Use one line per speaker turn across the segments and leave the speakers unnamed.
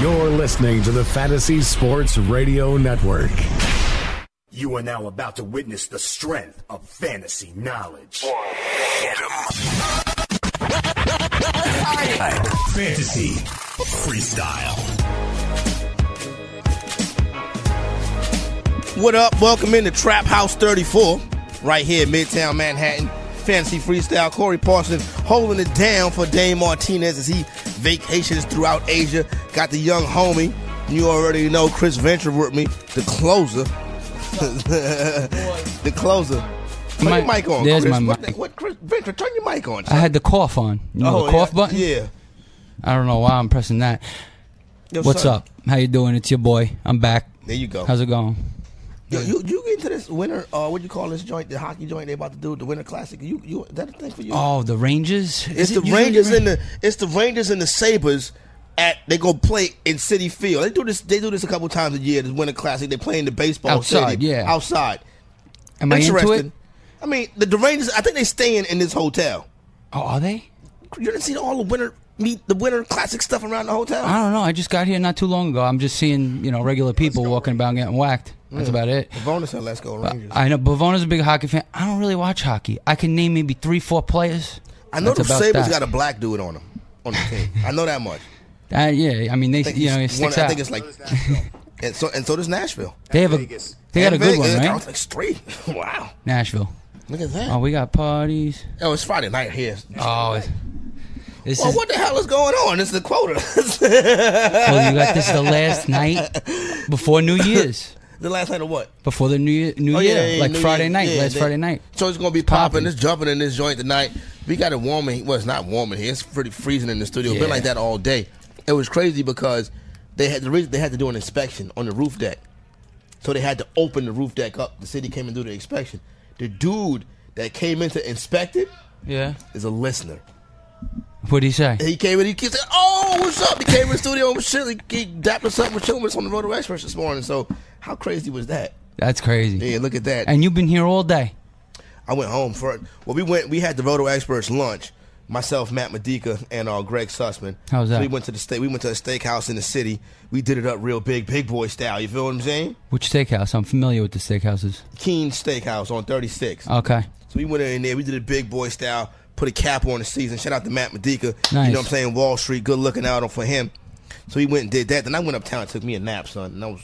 You're listening to the Fantasy Sports Radio Network.
You are now about to witness the strength of fantasy knowledge.
Fantasy Freestyle.
What up? Welcome into Trap House 34, right here in Midtown Manhattan. Fantasy freestyle Corey Parson holding it down for Dane Martinez as he vacations throughout Asia. Got the young homie, you already know Chris Venture with me, the closer. the closer. Turn your
My-
mic on.
there's
Chris.
my
What-
mic.
What, Chris Venture? Turn your mic on.
I had the cough on. You know the cough
Oh, yeah.
button?
Yeah.
I don't know why I'm pressing that.
Yo,
What's
son.
up? How you doing? It's your boy. I'm back.
There you go.
How's it going?
Yo, you you get into this winter? Uh, what do you call this joint? The hockey joint they about to do the winter classic. You you is that a thing for you?
Oh, the Rangers? Is
It's the
it usually
Rangers
Ra-
and the it's the Rangers and the Sabers at they go play in City Field. They do this they do this a couple times a year. This Winter Classic. They play in the baseball
Outside,
stadium,
yeah.
outside.
Am I into
Interesting.
it?
I mean, the, the Rangers. I think they staying in this hotel.
Oh, are they?
You didn't see all the winter meet the Winter Classic stuff around the hotel.
I don't know. I just got here not too long ago. I'm just seeing, you know, regular people walking about getting whacked. That's about it.
Vonda said, "Let's go Mm. Rangers."
Uh, I know Bavona's a big hockey fan. I don't really watch hockey. I can name maybe three, four players.
I know the
That's about
Sabers
that.
got a black dude on them on the team. I know that much.
Uh, yeah, I mean they,
I think
you know, it
he's one-
sticks
I
out.
think it's like, and so and so does Nashville.
they have a,
Vegas.
they got a
And
good
Vegas,
one,
I
right?
was like, straight. wow.
Nashville.
Look at
Oh,
that.
we got parties.
Oh, it's Friday night here.
Oh, it's- this
Well,
is
what the hell is going on? It's the quota.
well, you got this is the last night before New Year's,
the last night of what?
before the New Year, New Year, like
New
Friday
Year.
night,
Oh, Yeah,
last
they-
Friday night.
So it's gonna be popping.
popping.
It's jumping in this joint tonight. We got it warming. Well, it's not warming here. It's pretty freezing in the studio. Been
Yeah.
like that all day. It was crazy because they had the reason they had to do an inspection on the roof deck. So they had to open the roof deck up. The city came and do the inspection. The dude that came in to inspect it
Yeah.
is a listener.
What do you say?
And he came in, he said, Oh, what's up? He came in the studio and shit. He, he dapped us up with chilling with us on the road to experts this morning. So, how crazy was that?
That's crazy.
Yeah, look at that.
And you've been here all day.
I went home for Well, we went, we had the Roto Experts lunch. Myself, Matt Medica, and uh, Greg Sussman.
How was
So
that?
we went to the state. We went to a steakhouse in the city. We did it up real big, big boy style. You feel what I'm saying?
Which steakhouse? I'm familiar with the steakhouses.
Keen Steakhouse on 36.
Okay.
So we went in there. We did it big boy style. Put a cap on the season. Shout out to Matt Medica. You
Nice.
know what I'm saying? Wall Street. Good looking out for him. So he went and did that. Then I went uptown and took me a nap, son. And I was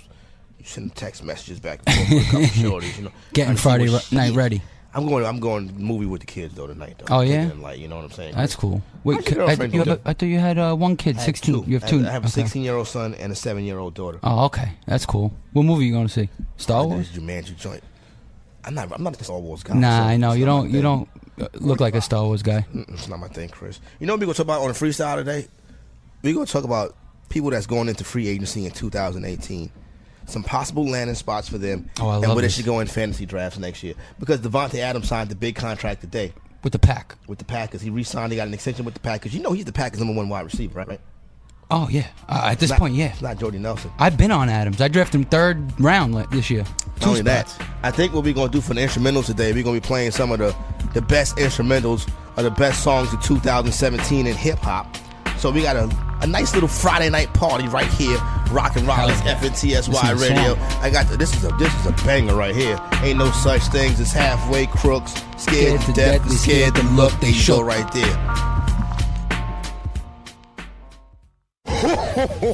sending text messages back and forth with a couple shorties. You know,
Getting
Trying to see
Friday
what
re- night ready.
I'm going. I'm going to the movie with the kids though tonight. Though.
Oh, yeah?
Taking them, Like you know what I'm saying?
That's cool. Wait,
How's your
I,
girlfriend
you have
doing?
a, I thought you had uh, one kid,
I have
16.
two.
You have two.
I I have a
okay.
16 year old son and a seven year old daughter.
Oh, okay. That's cool. What movie you going to see? Star
And
Wars?
this Jumanji joint. I'm not. I'm not a Star Wars Mm. guy.
Nah,
so
I know.
it's
You
not my
don't. You
thing.
don't uh, look like a Star Wars guy.
Mm-mm, It's not my thing, Chris. You know what we gonna talk about on the freestyle today? We gonna talk about people that's going into free agency in 2018. Some possible landing spots for them,
Oh, I
and
love
where
this.
they should go in fantasy drafts next year. Because Devontae Adams signed the big contract today
With the pack.
with the Packers. He re-signed. He got an extension with the Packers. You know he's the Packers' number one wide receiver, right? At
Oh, yeah. Uh, at this point, yeah.
Not Jordy Nelson.
I've been on Adams. I drafted him third round li- this year.
Not
Two
only
spots.
that, I think what we're gonna do for the instrumentals today, we're gonna be playing some of the the best instrumentals or the best songs of 2017 in hip hop. So we got a, a nice little Friday night party right here, rock and roll.
Hell
It's
yeah.
FNTSY
Listen to the
Radio.
song.
I got the, this is a this is a banger right here. Ain't no such things as halfway crooks, scared to death, and scared to look. They show right there.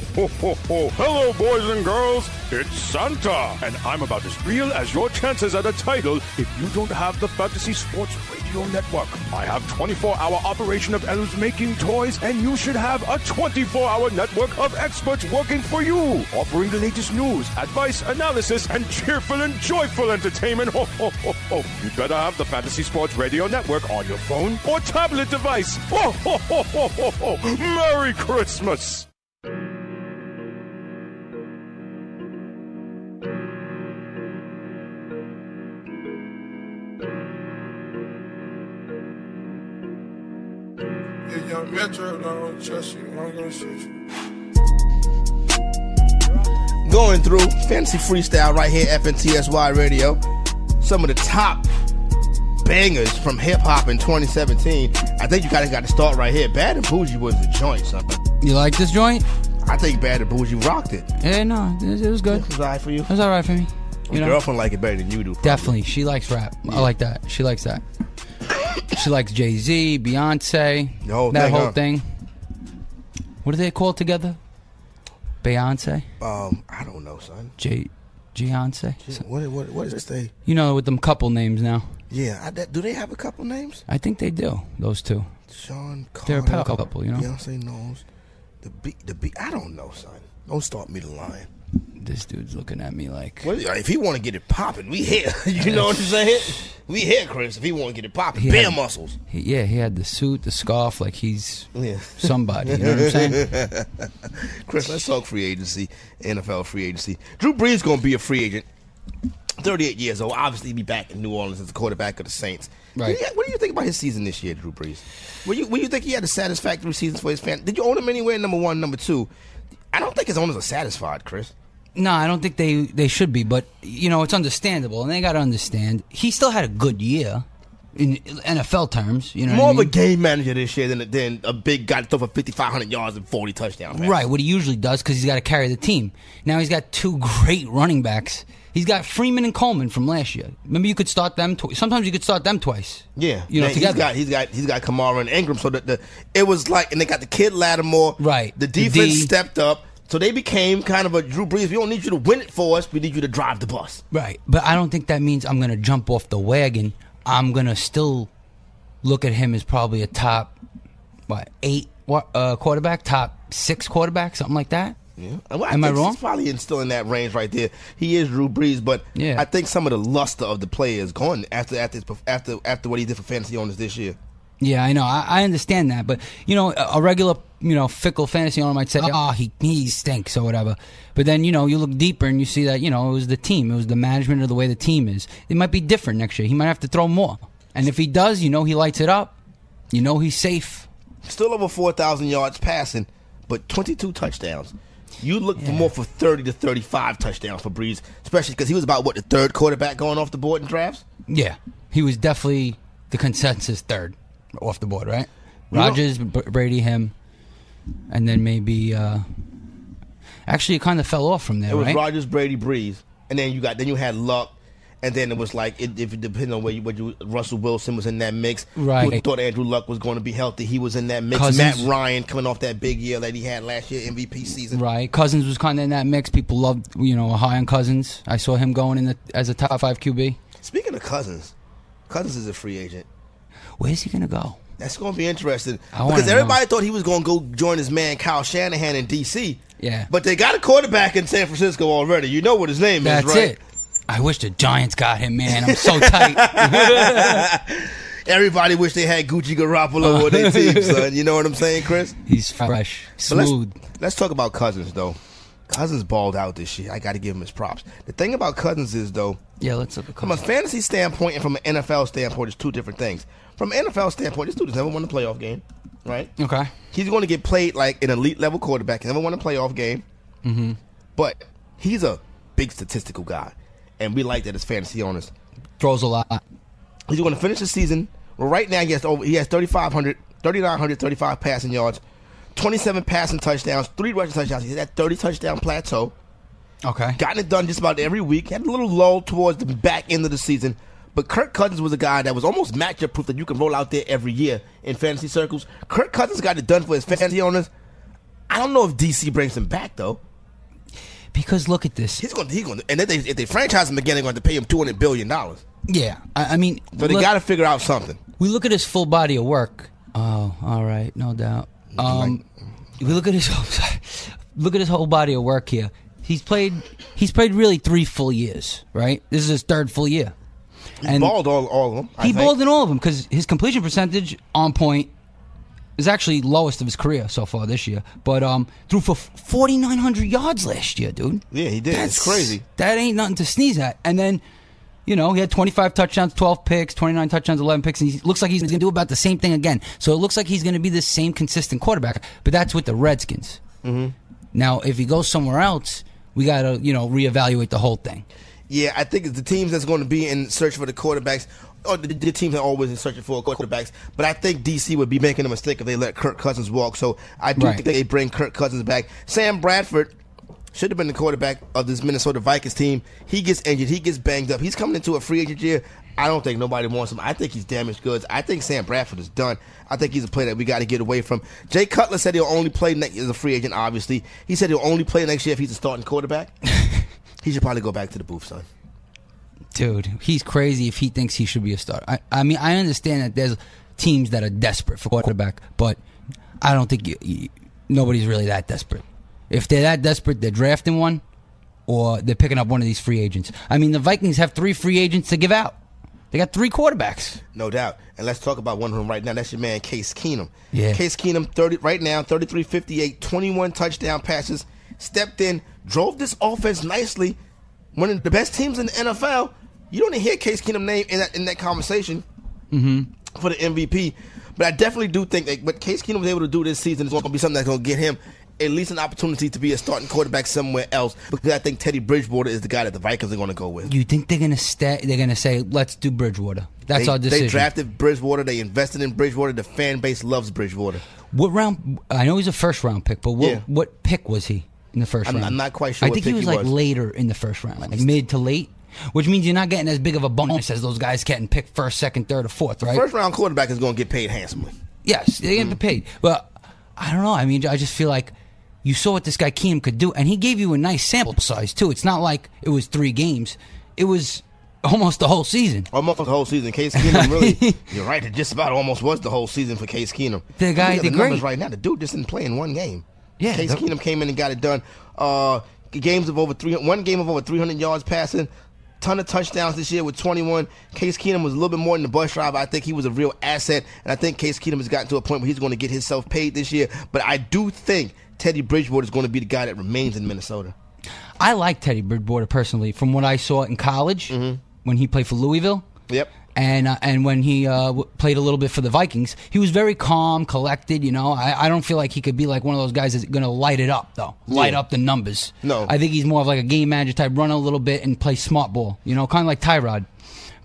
Hello, boys and girls. It's Santa, and I'm about as real as your chances at a title if you don't have the Fantasy Sports Radio Network. I have 24-hour operation of elves making toys, and you should have a 24-hour network of experts working for you, offering the latest news, advice, analysis, and cheerful and joyful entertainment. Ho, ho, ho, ho. You'd better have the Fantasy Sports Radio Network on your phone or tablet device. Ho, ho, ho, ho, ho, ho. Merry Christmas.
If young Metro don't trust you, I'm gonna shoot you.
Going through fancy freestyle right here, FNTSY Radio. Some of the top bangers from hip hop in 2017. I think you gotta got to start right here. Bad and Bougie was the joint, son.
You like this joint?
I I take bad and bougie rocked it.
Yeah, no, it, it was good.
This is all right for you.
It was all right for me. You know,
Girlfriend like it better than you do. probably.
definitely. She likes rap. I like that. She likes that. she likes Jay Z, Beyonce,
The whole
that
thing,
whole
huh?
thing. What are they called together? Beyonce,
Um, I don't know, son.
Jay, Beyonce.
What what what does it say?
You know, with them couple names now.
Yeah, I, that, do they have a couple names?
I think they do those two.
Sean
They're
Carter.
a power couple, you know?
Beyonce knows the beat. The beat. I don't know, son. Don't start me to lying.
This dude's looking at me like
Well, if he want to get it popping, we here. you know what I'm saying? We here, Chris. If he want to get it popping,
He
bare
had-
muscles.
He, yeah, he had the suit, the scarf, like he's
Yeah.
somebody. You know what I'm saying?
Chris, let's talk free agency, NFL free agency. Drew Brees gonna be a free agent. 38 years old. Obviously, be back in New Orleans as the quarterback of the Saints.
Right.
What do you, what do you think about his season this year, Drew Brees? When you, when you think he had a satisfactory season for his fan? Did you own him anywhere? Number one, number two. I don't think his owners are satisfied, Chris.
No, I don't think they they should be, but you know it's understandable, and they got to understand he still had a good year in NFL terms. You know,
More
what I
of a
mean?
game manager this year than than a big guy to throw for 5,500 yards and 40 touchdowns.
right? What he usually does because he's got to carry the team. Now he's got two great running backs. He's got Freeman and Coleman from last year. Maybe you could start them. Tw- sometimes you could start them twice.
Yeah,
you know,
Man,
together.
He's got he's got he's got Kamara and Ingram. So the, the it was like, and they got the kid Lattimore.
Right.
the
The D.
defense stepped up, so they became kind of a Drew Brees. We don't need you to win it for us. We need you to drive the bus.
Right, but I don't think that means I'm going to jump off the wagon. I'm going to still look at him as probably a top what eight what, uh, quarterback, top six quarterback, something like that.
Yeah. And well,
Am I
think
wrong?
He's probably in, still in that range right there. He is Drew Brees, but
Yeah.
I think some of the luster of the play is gone after after his, perf- after after what he did for fantasy owners this year.
Yeah, I know. I, I understand that, but you know, a, a regular, you know, fickle fantasy owner might say,
Ah,
"Oh, he he stinks" or whatever. But then you know, you look deeper and you see that you know it was the team, it was the management of the way the team is. It might be different next year. He might have to throw more, and if he does, you know, he lights it up. You know, he's safe.
Still over four thousand yards passing, but twenty two touchdowns. You look for more for thirty to thirty five touchdowns for Brees, especially because he was about what the third quarterback going off the board in drafts.
Yeah, he was definitely the consensus third off the board, right?
You know-
Rogers, B- Brady, him, and then maybe. uh Actually, it kind of fell off from there,
It was
right?
Rogers, Brady, Breeze, and then you got then you had Luck, and then it was like it, if it depends on where you, what you Russell Wilson was in that mix.
Right.
Who thought Andrew Luck was going to be healthy? He was in that mix.
Cousins.
Matt Ryan coming off that big year that he had last year MVP season.
Right. Cousins was kind of in that mix. People loved, you know, high on Cousins. I saw him going in the, as a top five QB.
Speaking of Cousins, Cousins is a free agent.
Where's he going to go?
That's going to be interesting
I wanna
because
know.
everybody thought he was going to go join his man Kyle Shanahan in DC.
Yeah.
But they got a quarterback in San Francisco already. You know what his name
That's
is, right?
it. I wish the Giants got him, man. I'm so tight.
Everybody wish they had Gucci
Oh.
Garoppolo on their team, son. You know what I'm saying, Chris?
He's fresh,
But let's-
smooth.
Let's, talk about Cousins though. Cousins balled out this year. I got to give him his props. The thing about Cousins is though,
Yeah, let's look at
from a
Cousins.
fantasy standpoint and from an NFL standpoint, it's two different things. From an NFL standpoint, this dude has never won a playoff game, right?
Okay.
He's going to get played like an elite level quarterback. He never won a playoff game, mm-hmm. but he's a big statistical guy, and we like that as fantasy owners.
Throws a lot.
He's going to finish the season. Well, right now he has over he has 3,500, 3,935 passing yards, 27 passing touchdowns, three rushing touchdowns. He's at that 30 touchdown plateau.
Okay.
Gotten it done just about every week. Had a little lull towards the back end of the season. But Kirk Cousins was a guy that was almost matchup proof that you can roll out there every year in fantasy circles. Kirk Cousins got it done for his fantasy owners. I don't know if DC brings him back though.
Because look at this.
He's going to he's going to and if they if they franchise him again, they're going to pay him 200 billion dollars.
Yeah. I, I mean,
So they
look-
got to figure out something.
we look at his full body of work. Oh, all right, no doubt. Um, we look at his look at his whole body of work here. He's played he's played really three full years, right? This is his third full year.
He balled all, all of them. I
He
think.
balled in all of them because his completion percentage on point is actually lowest of his career so far this year. But um, threw for forty nine hundred yards last year, dude.
Yeah, he did. It's crazy.
That ain't nothing to sneeze at. And then, you know, he had 25 touchdowns, 12 picks, 29 touchdowns, 11 picks, and he looks like he's going to do about the same thing again. So it looks like he's going to be the same consistent quarterback. But that's with the Redskins.
Mm-hmm.
Now, if he goes somewhere else, we got to, you know, reevaluate the whole thing.
Yeah, I think it's the teams that's going to be in search for the quarterbacks or the, the teams are always in searching for quarterbacks, but I think DC would be making a mistake if they let Kirk Cousins walk. So I do
Right.
think they bring Kirk Cousins back. Sam Bradford should have been the quarterback of this Minnesota Vikings team. He gets injured. He gets banged up. He's coming into a free agent year. I don't think nobody wants him. I think he's damaged goods. I think Sam Bradford is done. I think he's a player that we got to get away from. Jay Cutler said he'll only play next as a free agent. Obviously, he said he'll only play next year if he's a starting quarterback. he should probably go back to the booth, son.
Dude, he's crazy if he thinks he should be a starter. I, I mean, I understand that there's teams that are desperate for quarterback, but I don't think you, you, nobody's really that desperate. If they're that desperate, they're drafting one or they're picking up one of these free agents. I mean, the Vikings have three free agents to give out. They got three quarterbacks.
No doubt. And let's talk about one of them right now. That's your man, Case Keenum.
Yeah.
Case Keenum, 30, right now, 33 58, 21 touchdown passes, stepped in, drove this offense nicely, one of the best teams in the NFL. You don't even hear Case Keenum name in that, in that conversation for the MVP. But I definitely do think that what Case Keenum was able to do this season is going to be something that's going to get him at least an opportunity to be a starting quarterback somewhere else because I think Teddy Bridgewater is the guy that the Vikings are going to go with.
You think they're gonna stay? They're gonna say, "Let's do Bridgewater." That's
they,
our decision.
They drafted Bridgewater. They invested in Bridgewater. The fan base loves Bridgewater.
What round? I know he's a first round pick, but what
Yeah.
what pick was he in the 1st
I'm-
round?
I'm not quite sure
I
what
think
pick
he was
he
like
was.
later in the first round, like mid to late, which means you're not getting as big of a bonus as those guys getting picked first, second, third, or fourth, right?
First Mm. round quarterback is going to get paid handsomely.
yes, they get paid. Well, I don't know. I mean, I just feel like you saw what this guy Keenum could do, and he gave you a nice sample size too. It's not like it was three games; it was almost the whole season.
Almost the whole season. Case Keenum really. you're right. It just about almost was the whole season for Case Keenum.
The
Look
guy
at the
did
numbers
great.
right now. The dude just didn't play in one game.
Yeah,
Case
that-
Keenum came in and got it done. Uh, games of over three. One game of over 300 yards passing. Ton of touchdowns this year with 21. Case Keenum was a little bit more than the bus driver. I think he was a real asset, and I think Case Keenum has gotten to a point where he's going to get himself paid this year. But I do think Teddy Bridgewater is going to be the guy that remains in Minnesota.
I like Teddy Bridgewater personally, from what I saw in college
Mm-hmm.
when he played for Louisville.
Yep.
And uh, and when he uh, w- played a little bit for the Vikings, he was very calm, collected. You know, I, I don't feel like he could be like one of those guys that's going to light it up though, light
Yeah.
up the numbers.
No.
I think he's more of like a game manager type, run a little bit and play smart ball. You know, kind of like Tyrod.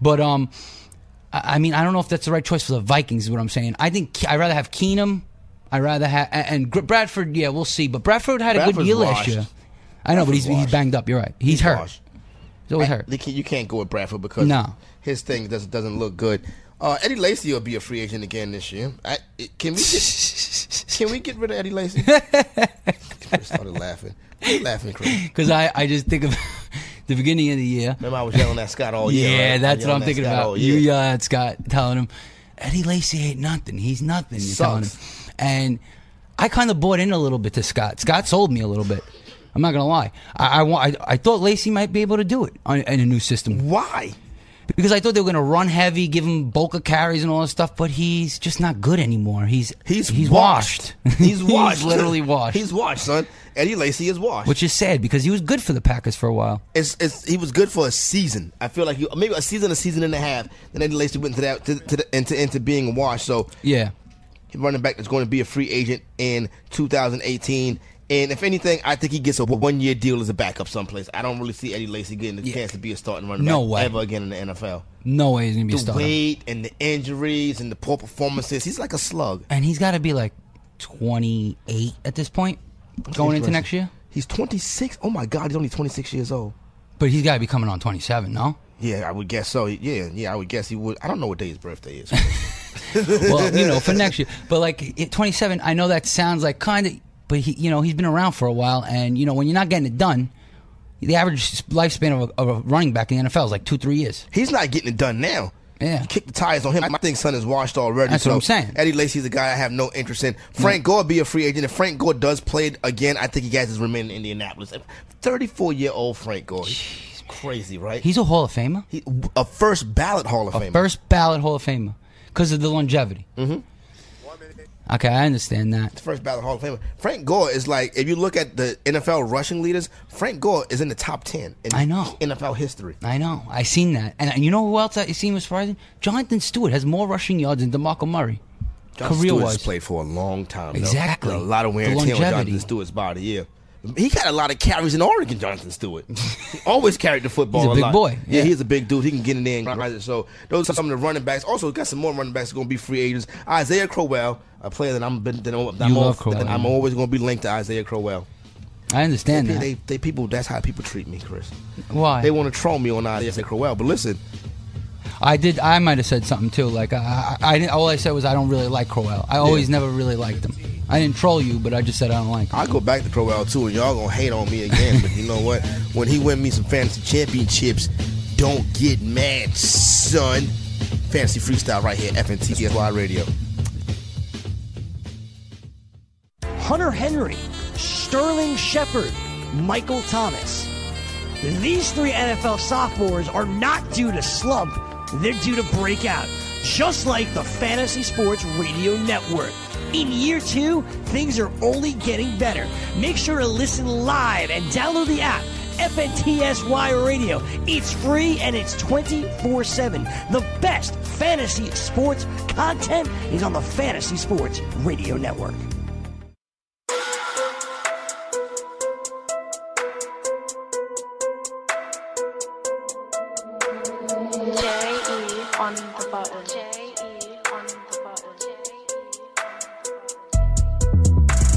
But um, I I mean, I don't know if that's the right choice for the Vikings. Is what I'm saying. I think Ke- I'd rather have Keenum. I would rather have and Gr- Bradford. Yeah, we'll see. But Bradford had a good
Bradford's
year last
washed.
year. I know, but he's,
Bradford's
he's
washed.
banged up. You're right. He's, hurt.
washed.
He's always
I-
hurt.
they can't- you can't go with Bradford because
No.
his thing doesn't doesn't look good. Uh, Eddie Lacy will be a free agent again this year. I, it- can we get, can we get rid of Eddie Lacy? I started laughing. Why you laughing, Chris.
Because I, I just think of the beginning of the year.
Remember, I was yelling at Scott all year.
yeah,
Oh, right? I was
that's what
yelling
I'm
at
thinking
Scott oh,
about.
all
You uh,
year.
yell at Scott, telling him Eddie Lacy ain't nothing. He's nothing. You're telling him,
Sucks.
and I kind of bought in a little bit to Scott. Scott sold me a little bit. I'm not gonna lie. I I, wa- I, I thought Lacy might be able to do it on, in a new system
Why?
because I thought they were gonna run heavy, give him bulk of carries and all that stuff. But he's just not good anymore. He's
He's
he's
washed.
washed.
He's washed.
literally washed.
He's washed, son. Eddie Lacy is washed.
which is sad because he was good for the Packers for a while.
it's, it's he was good for a season. I feel like he, maybe a season, a season and a half. Then Eddie Lacy went into that to, to the, into into being washed. So
Yeah.
running back that's going to be a free agent in 2018. And if anything, I think he gets a one year deal as a backup someplace. I don't really see Eddie Lacy getting the
Yeah.
chance to be a starting running
No
back
way.
ever again in the NFL.
No way he's gonna be a
The
starter.
weight and the injuries and the poor performances, he's like a slug.
and he's got to be like 28 at this point going into next year.
He's 26. Oh my God, he's only 26 years old.
But he's got to be coming on 27, no?
Yeah, I would guess so. Yeah, yeah, I would guess he would. I don't know what day his birthday is.
Well, you know, for next year. But like at 27, I know that sounds like kind of, but he, you know, he's been around for a while. And, you know, when you're not getting it done, the average lifespan of a, of a running back in the NFL is like two, three years.
He's not getting it done now.
Yeah.
You kick the tires on him. I think Son is washed already.
That's what
so
I'm saying.
Eddie Lacy's a guy I have no interest in. Frank Gore be a free agent. If Frank Gore does play again, I think he guys is remaining in Indianapolis. 34 year old Frank Gore. He's crazy, right?
He's a Hall of Famer,
He- a first ballot Hall of Famer.
first ballot Hall of Famer because of the longevity. Mm-hmm. Okay, I understand that.
First ballot Hall of Famer. Frank Gore is like if you look at the NFL rushing leaders, Frank Gore is in the top ten in
I know.
NFL history.
I know. I seen that. And, and you know who else I seen was surprising? Jonathan Stewart has more rushing yards than DeMarco Murray.
John
career
Stewart's
wise.
played for a long time. though.
Exactly.
There's a lot of wear
The
and tear on
longevity.
Jonathan Stewart's body. Yeah, He got a lot of carries in Oregon, Jonathan Stewart. He always carried the football.
He's a big
lot.
boy,
Yeah.
yeah.
he's a big dude. He can get in there and grind it. So those are some of the running backs. Also, we got some more running backs going to be free agents. Isaiah Crowell, a player that I'm been, that I'm, that I'm,
love
al-
Crowell,
that I'm
yeah.
always going to be linked to Isaiah Crowell.
I understand
They,
that.
they, they people. That's how people treat me, Chris.
Why?
They want to troll me on Isaiah Crowell. But listen,
I did. I might have said something too. Like I, I, I didn't, all I said was I don't really like Crowell. I always never really liked him. I didn't troll you, but I just said I don't like him.
I go back to Crowell too, and y'all gonna hate on me again. but you know what? When he win me some fantasy championships, don't get mad, son. Fantasy freestyle right here, FNTSY Radio.
Hunter Henry, Sterling Shepard, Michael Thomas. These three NFL sophomores are not due to slump, they're due to break out, just like the Fantasy Sports Radio Network. In year two, things are only getting better. Make sure to listen live and download the app. FNTSY Radio. It's free and it's 24 7. The best fantasy sports content is on the Fantasy Sports Radio Network.
J E on the button. J E on the button. J E on the button.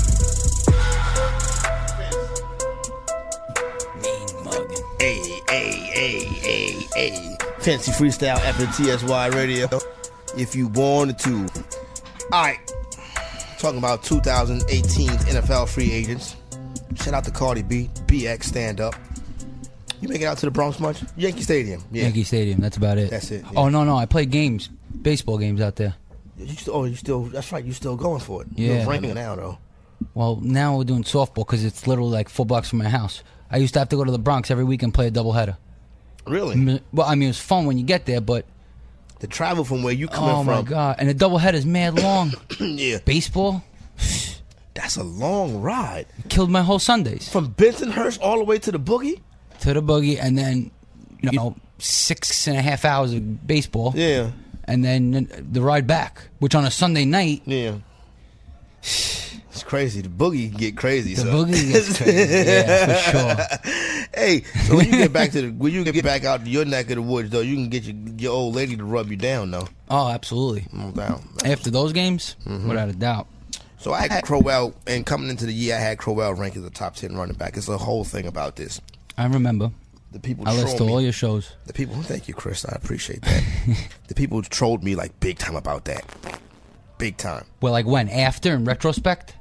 Hey, hey, hey, hey, hey. Fantasy freestyle, FNTSY Radio. If you wanted to. All right. Talking about 2018's NFL free agents. Shout out to Cardi B, BX Stand Up. You make it out to the Bronx much? Yankee Stadium. Yeah.
Yankee Stadium. That's about it.
That's it, yeah.
Oh no, no. I play games, baseball games out there.
You still, oh, you still. That's right. You still going for it.
Yeah.
You're ranking now though.
Well, now we're doing softball because it's literally like four blocks from my house. I used to have to go to the Bronx every week and play a doubleheader.
Really?
M- Well, I mean, it was fun when you get there, but
The travel from where you coming
oh
from.
my god! And the doubleheader is mad long.
Yeah.
baseball
That's a long ride
killed my whole Sundays.
from Bensonhurst all the way to the boogie.
to the boogie, and then you know six and a half hours of baseball.
Yeah.
and then the ride back, which on a Sunday night.
Yeah. It's crazy. The boogie get crazy.
The
so.
boogie gets crazy, yeah, for sure.
hey, so when you get back to the when you get back out to your neck of the woods though, you can get your, your old lady to rub you down though.
Oh, absolutely.
No doubt.
After those games,
Mm-hmm.
without a doubt.
So I had Crowell, and coming into the year, I had Crowell ranked as a top ten running back. It's a whole thing about this.
I remember.
The people
I listened to
troll me.
all your shows.
The people, "Oh, thank you, Chris. I appreciate that. the people trolled me like big time about that, big time.
Well, like when? After, in retrospect?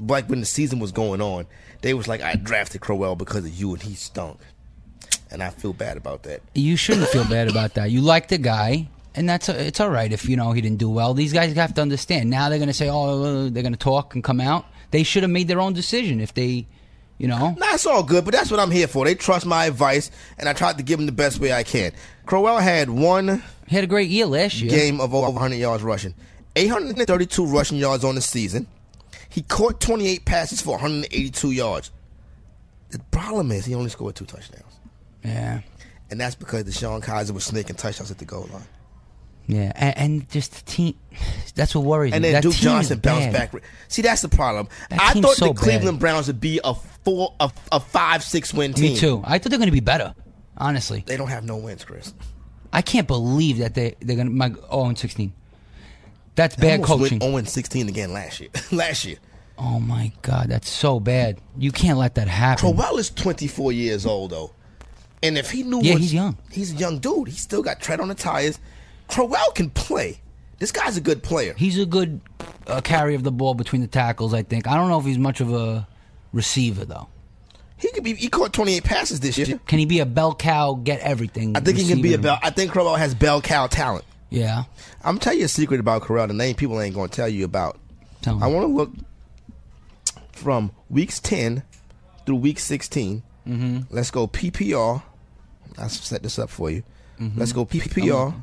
Like when the season was going on, they was like, "I drafted Crowell because of you, and he stunk," and I feel bad about that.
You shouldn't feel bad about that. You like the guy. And that's it's all right if you know he didn't do well. These guys have to understand. Now they're gonna say, oh, they're gonna talk and come out. They should have made their own decision if they, you know.
Nah, it's all good, but that's what I'm here for. They trust my advice, and I tried to give them the best way I can. Crowell had one
He had a great year last year.
game of over 100 yards rushing, 832 rushing yards on the season. He caught 28 passes for 182 yards. The problem is he only scored two touchdowns.
Yeah.
And that's because Deshaun Kaiser was snaking touchdowns at the goal line.
Yeah, and, and just the team. That's what worries
And
me.
then
that
Duke
team is
Johnson bounced
bad.
back. See, that's the problem.
That
I
team's
thought
so
the Cleveland
bad.
Browns would be a four, a, a five, six win team.
Me too. I thought they're going to be better. Honestly,
They don't have no wins, Chris.
I can't believe that they they're going to my oh and sixteen. That's bad
Almost
coaching.
Went 0 16 again last year. last year,
Oh my god, that's so bad. You can't let that happen.
Crowell is 24 years old though, and if he knew,
Yeah,
what-
he's young.
He's a young dude. He still got tread on the tires. Crowell can play. This guy's a good player.
He's a good uh, carry of the ball between the tackles. I think. I don't know if he's much of a receiver though.
He could be. He caught 28 passes this year.
Can he be a bell cow? Get everything.
I think he can be a
receiver?
bell. I think Crowell has bell cow talent.
Yeah.
I'm telling you a secret about Crowell. The name people ain't gonna tell you about.
Tell me.
I want to look from weeks 10 through week 16. Mm-hmm. Let's go PPR. I'll set this up for you. Let's go PPR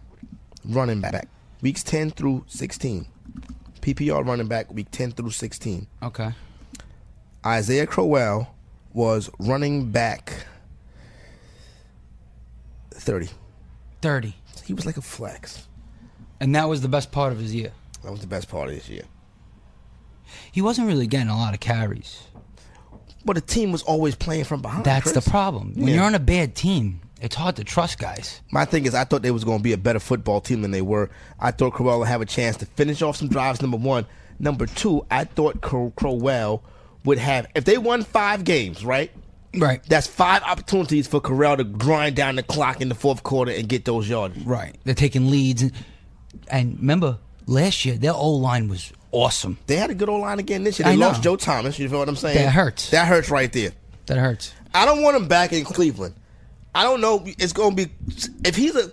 running back. Weeks 10 through 16. PPR running back, week 10 through 16.
Okay.
Isaiah Crowell was running back 30.
Thirty,
He was like a flex.
and that was the best part of his year.
That was the best part of this year.
He wasn't really getting a lot of carries.
But the team was always playing from behind.
That's
Chris.
the problem. When
Yeah.
you're on a bad team, it's hard to trust guys.
My thing is, I thought they was going to be a better football team than they were. I thought Crowell would have a chance to finish off some drives. Number one, number two, I thought Cro- Crowell would have if they won five games, right?
Right.
That's five opportunities for Corral to grind down the clock in the fourth quarter and get those yards.
Right. They're taking leads. And, and remember, last year, their old line was awesome.
They had a good old line again this year. They
I know.
lost Joe Thomas. You feel what I'm saying?
That hurts.
That hurts right there.
That hurts.
I don't want him back in Cleveland. I don't know. It's going to be if he's a.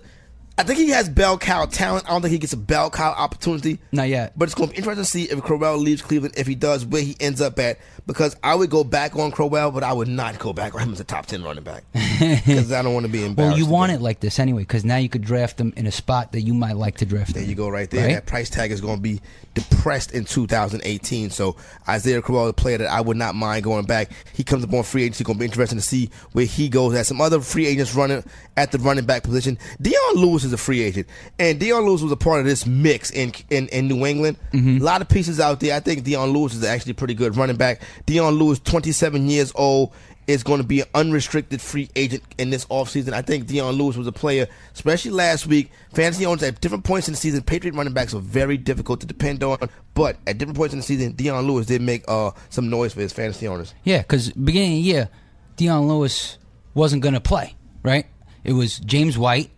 I think he has bell cow talent. I don't think he gets a bell cow opportunity.
Not yet.
But it's going to be interesting to see if Crowell leaves Cleveland. If he does, where he ends up at. Because I would go back on Crowell, but I would not go back on him as a top ten running back. Because I don't want to be embarrassed.
Well, you want
again.
it like this anyway, because now you could draft them in a spot that you might like to draft
There
them.
you go, right there.
Right?
That price tag is going to be depressed in 2018. So Isaiah Crowell, a player that I would not mind going back. He comes up on free agency. Going to be interesting to see where he goes. At some other free agents running at the running back position. Dion Lewis is a free agent, and Dion Lewis was a part of this mix in in, in New England. A lot of pieces out there. I think Dion Lewis is actually a pretty good running back. Dion Lewis, 27 years old is going to be an unrestricted free agent in this offseason. I think Deion Lewis was a player, especially last week. Fantasy owners at different points in the season, Patriot running backs are very difficult to depend on. But at different points in the season, Deion Lewis did make uh, some noise for his fantasy owners.
Yeah, because beginning of the year, Deion Lewis wasn't going to play, right? It was James White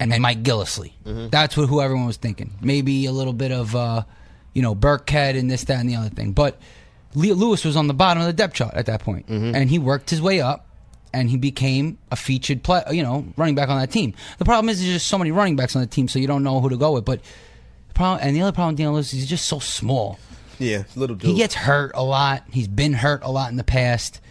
and then Mike Gillisley. That's what who everyone was thinking. Maybe a little bit of, uh, you know, Burkhead and this, that, and the other thing. But Le- Lewis was on the bottom of the depth chart at that point, and he worked his way up. And he became a featured play, you know, running back on that team. The problem is there's just so many running backs on the team, so you don't know who to go with. But the problem, and the other problem with Deion Lewis is he's just so small.
Yeah, little dude.
He gets hurt a lot. He's been hurt a lot in the past.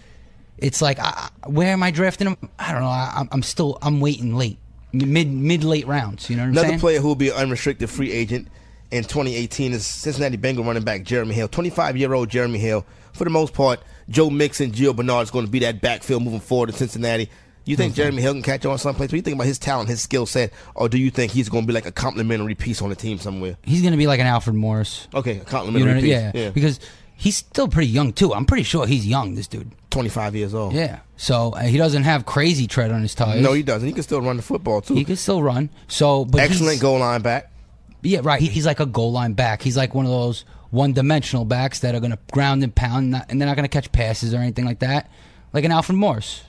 It's like, I, I- where am I drafting him? I don't know. I, I'm- I'm still, I'm waiting late, mid mid late rounds. You know what I'm
Another
saying?
player who will be an unrestricted free agent in 2018 is Cincinnati Bengal running back Jeremy Hill. 25 year old Jeremy Hill. For the most part, Joe Mixon, Gio Bernard is going to be that backfield moving forward in Cincinnati. You
Mm-hmm.
think Jeremy Hill can catch on someplace? What do you think about his talent, his skill set, or do you think he's going to be like a complimentary piece on the team somewhere?
He's gonna be like an Alfred Morris.
Okay, a
You know?
complimentary
What I,
piece.
yeah, Because he's still pretty young too. I'm pretty sure he's young. This dude.
25 years old.
Yeah. So uh, he doesn't have crazy tread on his tires.
No, he doesn't. He can still run the football too.
He can still run. So, but
Excellent
he's-
goal line back.
Yeah, right. He- He's like a goal line back. He's like one of those one dimensional backs that are going to ground and pound, not, and they're not going to catch passes or anything like that. Like an Alfred Morse.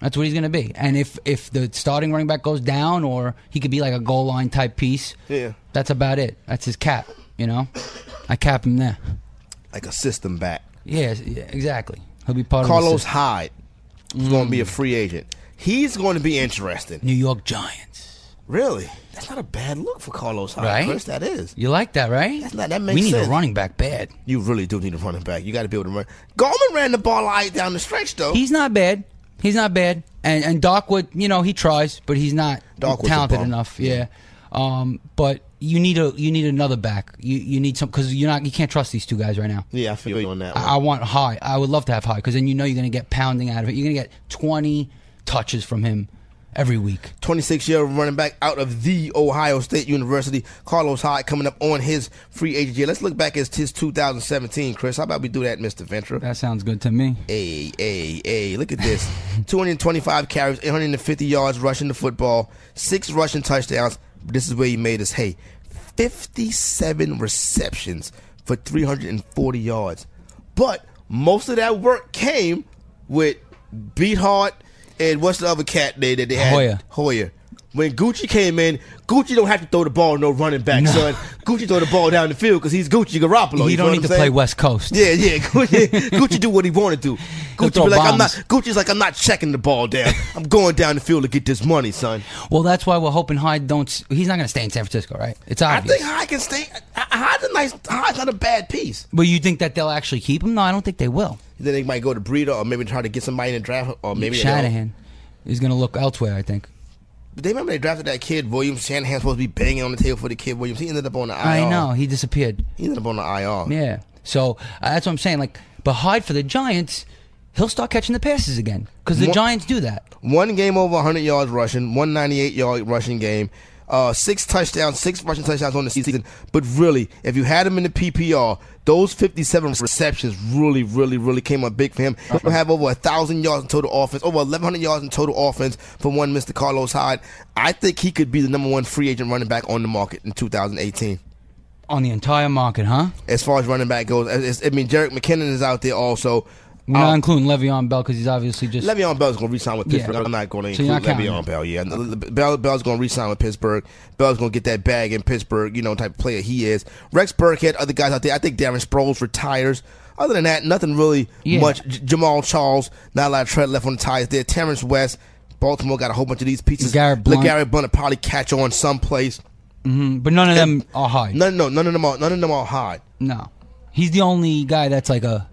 That's what he's going to be. And if if the starting running back goes down, or he could be like a goal line type piece.
Yeah.
That's about it. That's his cap. You know, I cap him there.
Like a system back.
Yeah, yeah exactly. He'll be part of the
Carlos
system.
Hyde is going to
Mm.
be a free agent. He's going to be interesting.
New York Giants.
Really? That's not a bad look for Carlos Hyde,
Right?
Chris. That is.
You like that, right?
That's not- that makes
we need
sense.
a running back bad.
You really do need a running back. You got to be able to run. Goldman ran the ball right down the stretch, though.
He's not bad. He's not bad. And and Docwood, you know, he tries, but he's not
Dockward's a
talented
bum.
enough. Yeah. Um, but you need a you need another back. You you need some because you're not you can't trust these two guys right now.
yeah, I feel you on that one.
I, I want high. I would love to have high because then you know you're gonna get pounding out of it. You're gonna get 20 touches from him every week.
26 year running back out of the Ohio State University, Carlos Hyde, coming up on his free agent year. Let's look back at his 2017, Chris. How about we do that, Mr. Ventura?
That sounds good to me.
Hey, hey, hey, look at this. 225 carries, 850 yards rushing the football, six rushing touchdowns. This is where he made us. Hey, 57 receptions for 340 yards. But most of that work came with Beat Hart and what's the other cat they that they had?
Hoyer.
Hoyer. When Gucci came in, Gucci don't have to throw the ball no running back, son. Gucci throw the ball down the field because he's Gucci Garoppolo.
He
you feel
don't
what
need
I'm
to
saying?
play West Coast.
Yeah, yeah. Gucci, Gucci do what he want to do.
He'll
Gucci
throw
be like, I'm not.
bombs.
Gucci's like, I'm not checking the ball down. I'm going down the field to get this money, son.
Well, that's why we're hoping Hyde don't. s- He's not gonna stay in San Francisco, right? It's
I
obvious.
think Hyde can stay. Hy- Hyde's a nice. Hyde's not a bad piece.
but you think that they'll actually keep him? No, I don't think they will.
Then they might go to Breeder or maybe try to get somebody in the draft or maybe they'll-
Shanahan is gonna look elsewhere. I think.
They remember they drafted that kid Williams. Shanahan's supposed to be banging on the table for the kid Williams. He ended up on the IR.
I know he disappeared.
He ended up on the IR.
Yeah. So uh, that's what I'm saying. Like, but Hyde for the Giants, he'll start catching the passes again because the
Mo-
Giants do that.
One game over 100 yards rushing, 198 yard rushing game, Uh, six touchdowns, six rushing touchdowns on the season. But really, if you had him in the PPR, those 57 receptions really, really, really came up big for him. He'll have over a thousand yards in total offense, over 1,100 yards in total offense for one Mr. Carlos Hyde. I think he could be the number one free agent running back on the market in 2018
on the entire market, huh?
as far as running back goes. It's- I mean, Jarek McKinnon is out there also.
We're not including Le'Veon Bell because he's obviously just
Le'Veon Bell's going to resign with
Yeah.
Pittsburgh. I'm not going to
So
include
you're not counting
Le'Veon
him.
Bell. Yeah, Bell, Bell's going to resign with Pittsburgh. Bell's going to get that bag in Pittsburgh. You know, type of player he is. Rex Burkhead, other guys out there. I think Darren Sproles retires. Other than that, nothing really
Yeah.
much. J- Jamal Charles, not a lot of tread left on the tires there. Terrence West, Baltimore got a whole bunch of these pieces.
Garrett Blunt.
LeGarrette Blunt will probably catch on someplace.
but none of them are high. No.
None, no, none of them are. None of them are high.
he's the only guy that's like a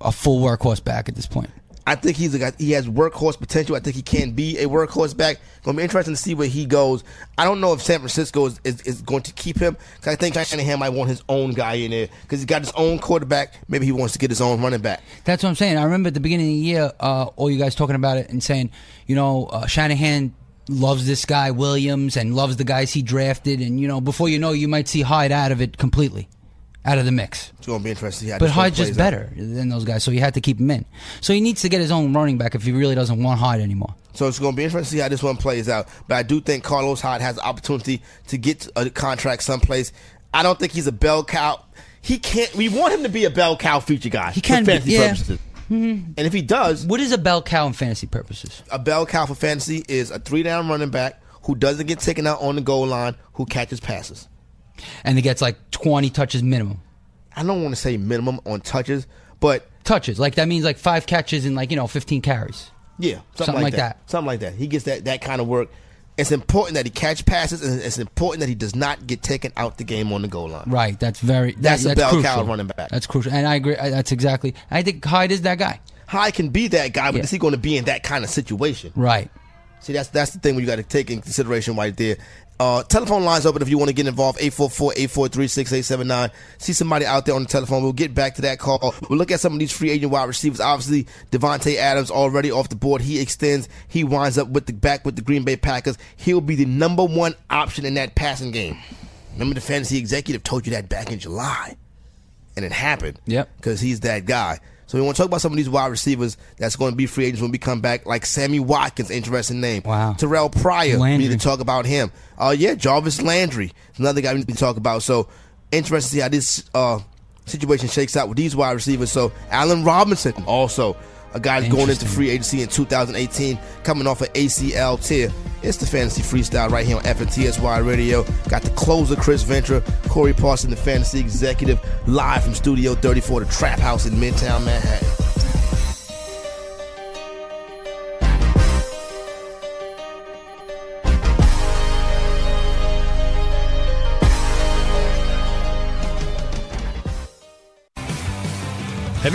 a full workhorse back at this point.
I think he's a guy. He has workhorse potential. I think he can be a workhorse back. Gonna be interesting to see where he goes. I don't know if San Francisco is, is, is going to keep him 'cause I think Shanahan might want his own guy in there because he's got his own quarterback. Maybe he wants to get his own running back.
That's what I'm saying. I remember at the beginning of the year, uh, all you guys talking about it and saying, you know, uh, Shanahan loves this guy Williams and loves the guys he drafted, and you know, before you know, you might see Hyde out of it completely, out of the mix.
It's gonna be interesting. To see how
But
this one
Hyde's just
plays
better
out.
than those guys, so you had to keep him in. So he needs to get his own running back if he really doesn't want Hyde anymore.
So it's gonna be interesting to see how this one plays out. But I do think Carlos Hyde has the opportunity to get a contract someplace. I don't think he's a bell cow. He can't. We want him to be a bell cow feature guy. He
can be,
for fantasy
yeah. Mm-hmm.
purposes. And if he does,
What is a bell cow in fantasy purposes?
a bell cow for fantasy is a three down running back who doesn't get taken out on the goal line, who catches passes.
And he gets like 20 touches minimum.
I don't want to say minimum on touches, but
Touches. Like that means like five catches and like, you know, 15 carries.
yeah, something,
Something
like,
like
that.
that.
Something like that. He gets that that kind of work. It's important that he catch passes, and it's important that he does not get taken out the game on the goal line.
Right. That's very, that-
That's a bell
crucial.
cow running back.
That's crucial. And I agree. I- That's exactly, I think Hyde is that guy.
Hyde can be that guy, but
Yeah.
is he going to be in that kind of situation?
Right.
See, that's that's the thing where you got to take in consideration right there. Uh, telephone lines open if you want to get involved. 844-843-6879. See somebody out there on the telephone. We'll get back to that call. We'll look at some of these free agent wide receivers. Obviously, Devontae Adams already off the board. He extends. He winds up with the back with the Green Bay Packers. He'll be the number one option in that passing game. Remember the fantasy executive told you that back in July and it happened.
Yep.
Because he's that guy. So we want to talk about some of these wide receivers that's going to be free agents when we come back, like Sammy Watkins, interesting name.
Wow.
Terrell Pryor, we
Landry.
need to talk about him. Uh, yeah, Jarvis Landry, is another guy we need to talk about. So interesting to see how this uh, situation shakes out with these wide receivers. So Allen Robinson, also a guy that's going into
Interesting.
free agency in 2018, coming off an ACL tear. It's the Fantasy Freestyle right here on FNTSY Radio. Got the closer, Chris Ventura, Corey Parson, the Fantasy Executive, live from Studio 34, the Trap House in Midtown Manhattan.
Have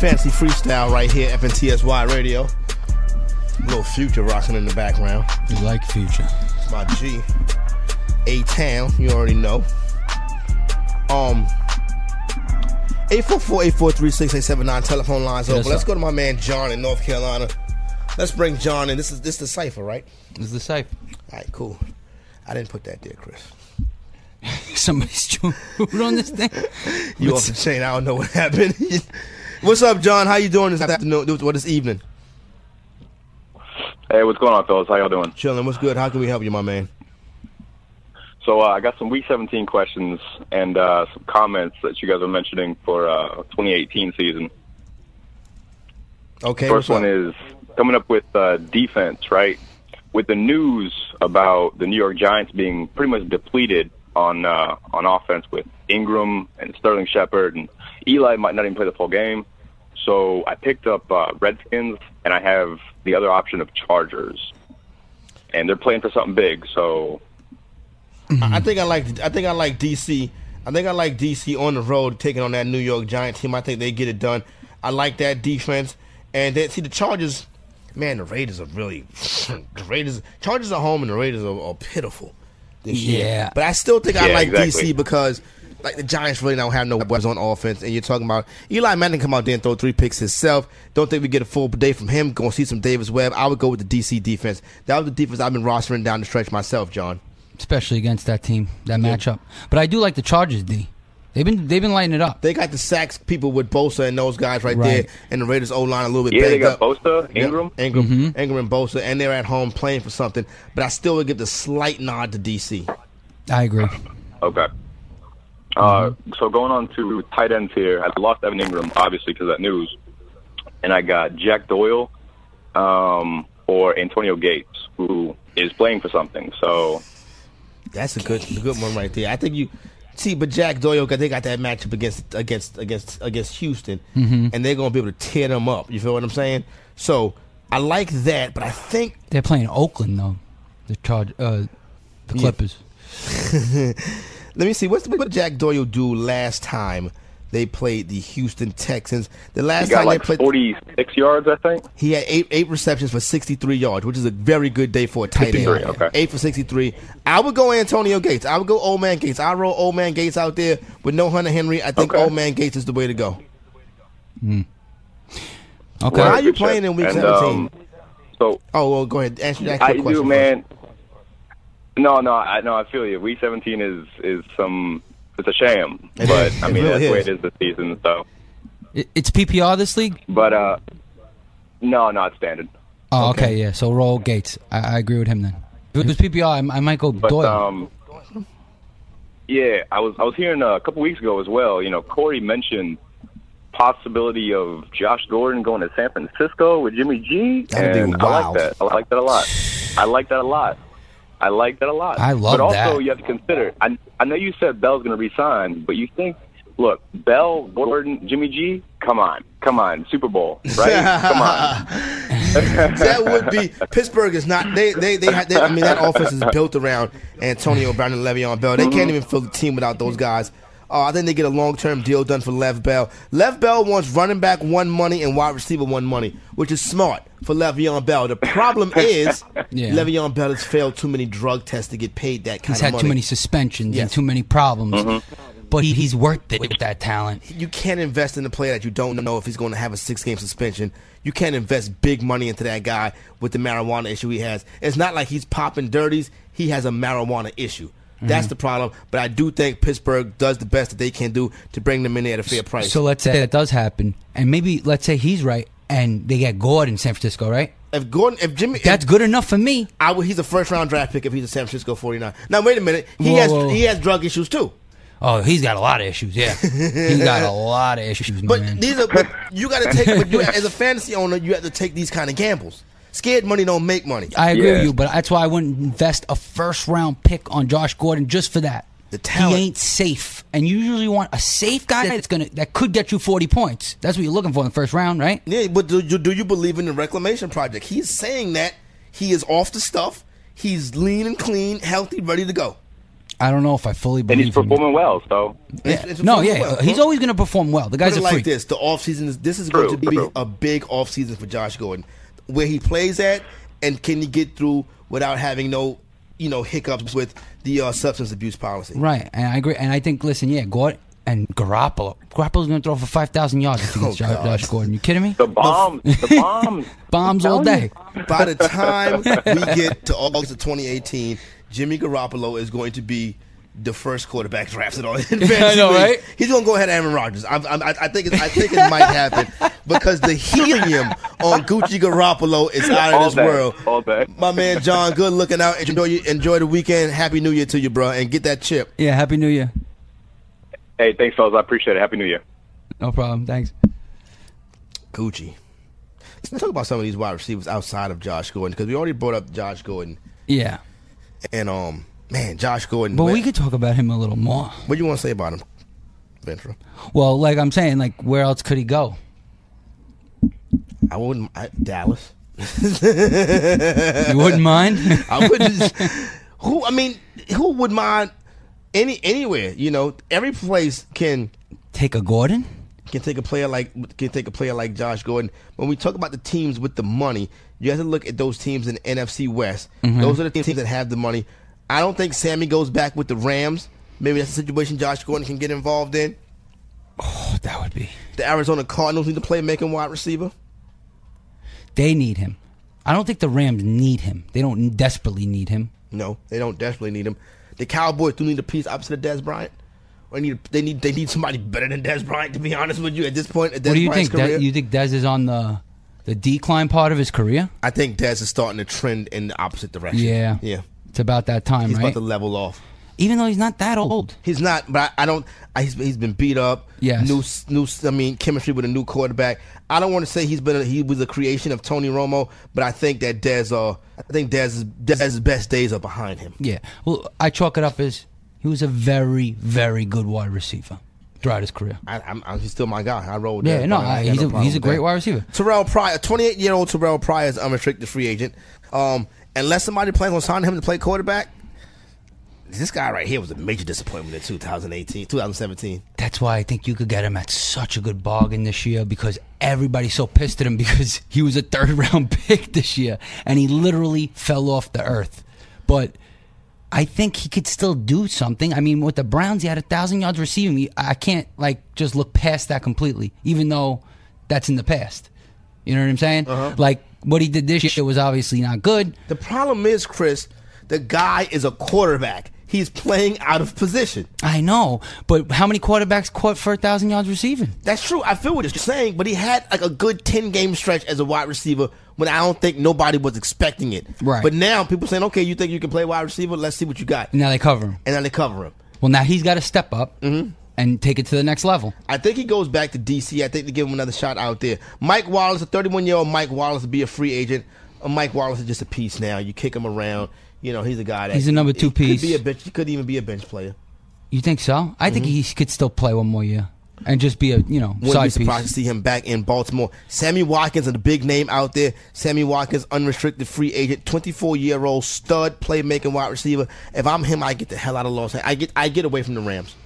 Fantasy Freestyle right here, FNTSY Radio. Little Future rocking in the background.
You like future.
It's my G. A Town, you already know. Um 844-843-6879 telephone lines open.
us
Let's
up.
go to my man John in North Carolina. Let's bring John in. This is this the cipher, right?
Is the safe.
All right, cool. I didn't put that there, Chris.
Somebody's chewing food on this thing.
You off the chain. I don't know what happened. What's up, John? How you doing this afternoon? What this evening?
Hey, what's going on, fellas? How y'all doing?
Chilling. What's good? How can we help you, my man?
So uh, I got some Week 17 questions and uh, some comments that you guys are mentioning for uh, 2018 season.
Okay.
First
what's
one
up?
is coming up with uh, defense, right? With the news about the New York Giants being pretty much depleted on uh, on offense with Ingram and Sterling Shepard, and Eli might not even play the full game. So I picked up uh, Redskins, and I have the other option of Chargers, and they're playing for something big. So
I I think I like. I think I like DC. I think I like DC on the road taking on that New York Giants team. I think they get it done. I like that defense. And then see the Chargers. Man, the Raiders are really the Raiders. Chargers are home and the Raiders are, are pitiful. This
Yeah.
year. but I still think I
Yeah,
like
exactly.
DC because like the Giants really don't have no weapons on offense. And you're talking about Eli Manning come out there and throw three picks himself. Don't think we get a full day from him. Going to see some Davis Webb. I would go with the DC defense. That was the defense I've been rostering down the stretch myself, John.
especially against that team, that matchup. But I do like the Chargers. D. They've been they've been lighting it up.
They got the sacks people with Bosa and those guys right,
Right.
there, and the Raiders O line a little bit.
Yeah, they
banged
got
up.
Bosa, Ingram.
yeah, Ingram, Ingram, and Bosa, and they're at home playing for something. But I still would give the slight nod to DC.
I agree.
Okay. Uh, so going on to tight ends here, I lost Evan Ingram obviously because of that news, and I got Jack Doyle um, or Antonio Gates, who is playing for something. So
That's a good, a good one right there. I think you see, but Jack Doyle, 'cause they got that matchup against against against against Houston,
Mhm.
and they're gonna be able to tear them up. You feel what I'm saying? So I like that, but I think
They're playing Oakland though. The Charge uh, the
Yeah.
Clippers.
Let me see. What's, what did Jack Doyle do last time they played the Houston Texans? The last
he got
time
like
they played,
forty-six yards, I think.
he had eight eight receptions for sixty three yards, which is a very good day for a tight end.
53, okay.
Eight for sixty three. I would go Antonio Gates. I would go Old Man Gates. I roll Old Man Gates out there with no Hunter Henry. I think Old Man Gates is the way to go.
Okay.
Why are you playing in week
And,
seventeen?
um, so
oh, well, go ahead. Answer that
I
question.
do,
first.
man. No, no, I no, I feel you. Week seventeen is is some it's a sham, but I
It
mean
really
that's the way
is.
it is this season. So,
It, it's PPR this league.
but uh, no, not standard.
Oh, okay, yeah. So roll Gates. I, I agree with him then. If it was PPR, I, I might go
But
Doyle.
um, yeah, I was I was hearing uh, a couple weeks ago as well. You know, Corey mentioned possibility of Josh Gordon going to San Francisco with Jimmy G,
That'd be
and I
wild.
like that. I like that a lot. I like that a lot. I like that a lot.
I love
But also,
that.
you have to consider. I I know you said Bell's going to resign, but you think. Look, Bell, Gordon, Jimmy G, come on, come on, Super Bowl, right? come on.
that would be Pittsburgh is not they they they, had they I mean that offense is built around Antonio Brown and Le'Veon Bell. They can't even fill the team without those guys. Uh, I think they get a long term deal done for Lev Bell. Lev Bell wants running back one money and wide receiver one money, which is smart for Le'Veon Bell. The problem is
Yeah.
Le'Veon Bell has failed too many drug tests to get paid that kind
he's
of
had
money.
too many suspensions and too many problems.
Mm-hmm.
But he, he's worth it with that talent.
you can't invest in a player that you don't know if he's going to have a six game suspension. You can't invest big money into that guy with the marijuana issue he has. It's not like he's popping dirties, he has a marijuana issue. That's
Mhm.
the problem, but I do think Pittsburgh does the best that they can do to bring them in there at a fair price.
So let's say that does happen, and maybe let's say he's right, and they get Gordon in San Francisco, right?
if Gordon, if Jimmy,
That's good enough for me.
I would, he's a first round draft pick if he's a San Francisco 49. Now wait a minute, he
Whoa,
has
whoa, whoa.
he has drug issues too.
Oh, he's got a lot of issues. Yeah, he's got a lot of issues,
But
man.
these are but you got to take. But you, as a fantasy owner, you have to take these kind of gambles. Scared money don't make money.
I agree with you, but that's why I wouldn't invest a first round pick on Josh Gordon just for that. The
talent-
he ain't safe, and you usually want a safe guy that's gonna that could get you forty points. That's what you're looking for in the first round, right?
Yeah, but do you, do you believe in the reclamation project? He's saying that he is off the stuff. He's lean and clean, healthy, ready to go.
I don't know if I fully
And
believe.
he's performing well, so
Yeah. No, yeah, uh, he's always going to perform well. The guy's
Put
a
it like
freak.
this: the offseason is this is
True,
going to be
true.
a big offseason for Josh Gordon, where he plays at, and can he get through without having no, you know, hiccups with the uh, substance abuse policy?
Right, and I agree, and I think listen, yeah, Gordon and Garoppolo. Garoppolo's going to throw for five thousand yards if he
Oh,
gets Josh- Josh Gordon. You kidding me? The
bombs, the bombs,
bombs all day.
By the time we get to August of 2018, Jimmy Garoppolo is going to be the first quarterback drafted on in fantasy
I know,
leagues.
right?
He's going to go ahead of Aaron Rodgers. I'm, I'm, I I think it, I think it might happen because the helium on Gucci Garoppolo is out of
all
this
day,
world.
all day.
My man John, good looking out. Enjoy you, enjoy the weekend. Happy New Year to you, bro, and get that chip.
Yeah, happy New Year.
Hey, thanks, fellas. I appreciate it. Happy New Year.
No problem. Thanks.
Gucci. Let's talk about some of these wide receivers outside of Josh Gordon because we already brought up Josh Gordon.
Yeah.
And um, man, Josh Gordon.
But we could talk about him a little more.
What do you want to say about him, Ventura?
Well, like I'm saying, like where else could he go?
I wouldn't. I, Dallas.
You wouldn't mind?
I would just. Who? I mean, who would mind any anywhere? You know, every place can
take a Gordon.
Can take a player like can take a player like Josh Gordon. When we talk about the teams with the money, you have to look at those teams in NFC West.
Mhm.
Those are the teams that have the money. I don't think Sammy goes back with the Rams. Maybe that's a situation Josh Gordon can get involved in.
Oh, that would be.
The Arizona Cardinals need a playmaking wide receiver.
They need him. I don't think the Rams need him. They don't desperately need him.
No, they don't desperately need him. The Cowboys do need a piece opposite of Des Bryant. Or need they need they need somebody better than Des Bryant to be honest with you at this point. At Des
what do you
Bryant's
think? Des-
career,
you think Dez is on the the decline part of his career?
I think Des is starting to trend in the opposite direction.
Yeah.
yeah.
It's about that time,
He's
right?
about to level off.
Even though he's not that old,
he's not. But I, I don't. I, he's, he's been beat up.
Yes.
New new. I mean, chemistry with a new quarterback. I don't want to say he's been. A, he was a creation of Tony Romo, but I think that Des. Uh, I think Des. Des's best days are behind him.
Yeah. Well, I chalk it up as he was a very, very good wide receiver throughout his career.
I, I'm, I'm, he's still my guy. I roll with
Yeah,
Dez
no,
Bryant. I
I-
ain't got
he's a-
problem
he's a
with
great
that.
wide receiver.
Terrell Pryor, 28 year old Terrell Pryor is unrestricted free agent. Um, unless somebody plans on signing him to play quarterback, this guy right here was a major disappointment in 2018, 2017.
That's why I think you could get him at such a good bargain this year because everybody's so pissed at him because he was a third round pick this year and he literally fell off the earth. But I think he could still do something. I mean, with the Browns, he had a thousand yards receiving. He- I can't like just look past that completely, even though that's in the past. You know what I'm saying? Like what he did this year was obviously not good.
The problem is, Chris, the guy is a quarterback. He's playing out of position.
I know, but how many quarterbacks caught for a thousand yards receiving?
That's true. I feel what you're saying, but he had like a good 10 game stretch as a wide receiver when I don't think nobody was expecting it.
Right.
But now people saying, okay, you think you can play wide receiver? Let's see what you got.
And now they cover him.
And now they cover him.
Well, now he's got to step up
Mm-hmm.
and take it to the next level.
I think he goes back to DC. I think they give him another shot out there. Mike Wallace, a 31 year old Mike Wallace, will be a free agent. Uh, Mike Wallace is just a piece now. You kick him around. You know, he's a guy that
He's a number two
he could
piece.
be a bench- he could even be a bench player.
You think so? I think he could still play one more year and just be a you know
Mm-hmm. Wouldn't be
side
surprised
piece.
to see him back in Baltimore. Sammy Watkins is a big name out there. Sammy Watkins, unrestricted free agent, 24 year old stud playmaking wide receiver. If I'm him, I get the hell out of Los Angeles. I get I get away from the Rams.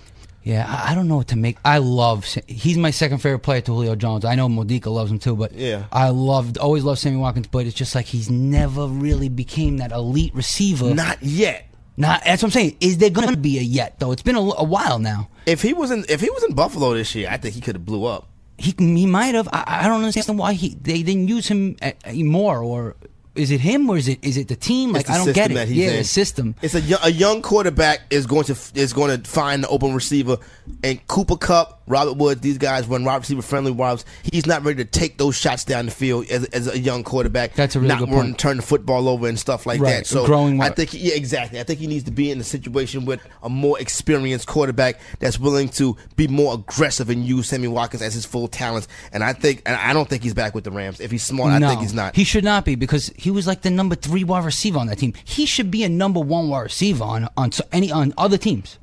Yeah, I, I don't know what to make. I love. Sa- He's my second favorite player to Julio Jones. I know Modica loves him too, but
Yeah.
I loved always loved Sammy Watkins. But it's just like he's never really became that elite receiver.
Not yet.
Not that's what I'm saying. Is there gonna be a yet though? It's been a, l- a while now.
If he was in if he was in Buffalo this year, I think he could have blew up.
He he might have. I, I don't understand why he they didn't use him a, a more. Or is it him or is it is it the team? Like
It's the
I don't
system
get it.
that he's
yeah,
in.
the system.
It's a young, a young quarterback is going to is going to find the open receiver, and Cooper Cup, Robert Woods, these guys run wide receiver friendly wives. He's not ready to take those shots down the field as, as a young quarterback.
That's a really
not
good
wanting
point.
to turn the football over and stuff like
Right,
that. So
growing
I
up.
think yeah, exactly. I think he needs to be in a situation with a more experienced quarterback that's willing to be more aggressive and use Sammy Watkins as his full talents. And I think and I don't think he's back with the Rams. If he's smart, I think he's not.
He should not be because he was like the number three wide receiver on that team. He should be a number one wide receiver on on so- any on other teams.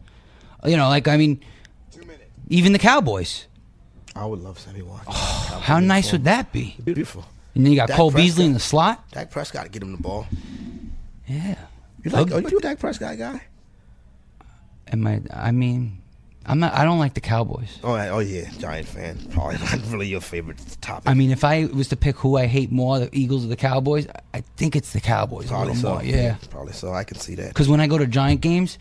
You know, like I mean, even the Cowboys.
I would love Sammy Watkins.
Oh. How nice would that be?
Beautiful.
And then you got
Dak
Cole
Prescott.
Beasley in the slot.
Dak Prescott get him the ball.
Yeah.
You like?
Ugh.
Are you a Dak Prescott guy?
Am I? I mean, I'm not. I don't like the Cowboys.
Oh, I- oh yeah, Giant fan. Probably not really your favorite topic.
I mean, if I was to pick who I hate more, the Eagles or the Cowboys, I- I think it's the Cowboys a
probably
little
so.
more. Yeah.
probably so. I can see that.
Because when I go to Giant games,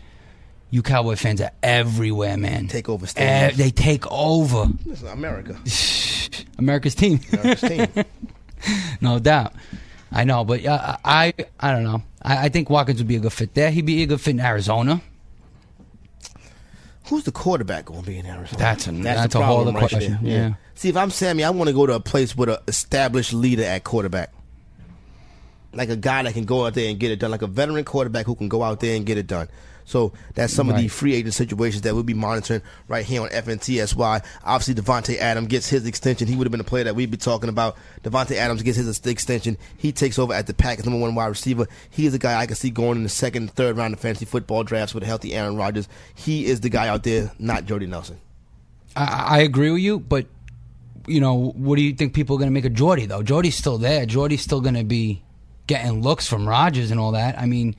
you Cowboy fans are everywhere, man.
Take over stadiums.
Eh, they take over
This is America.
America's team.
America's team.
no doubt. I know, but uh, I I don't know. I, I think Watkins would be a good fit there. He'd be a good fit in Arizona.
Who's the quarterback going to be in Arizona?
That's a- that's
the
a whole
problem
other question,
there.
yeah.
See, if I'm Sammy, I want to go to a place with an established leader at quarterback, like a guy that can go out there and get it done, like a veteran quarterback who can go out there and get it done. So that's some of the
Right.
free agent situations that we'll be monitoring right here on FNTSY. Obviously, Devonte Adams gets his extension. He would have been a player that we'd be talking about. Devonte Adams gets his extension. He takes over at the Packers, number one wide receiver. He is a guy I can see going in the second, third round of fantasy football drafts with a healthy Aaron Rodgers. He is the guy out there, not Jody Nelson.
I, I agree with you, but you know, what do you think people are going to make of Jordy though? Jordy's still there. Jordy's still going to be getting looks from Rodgers and all that. I mean,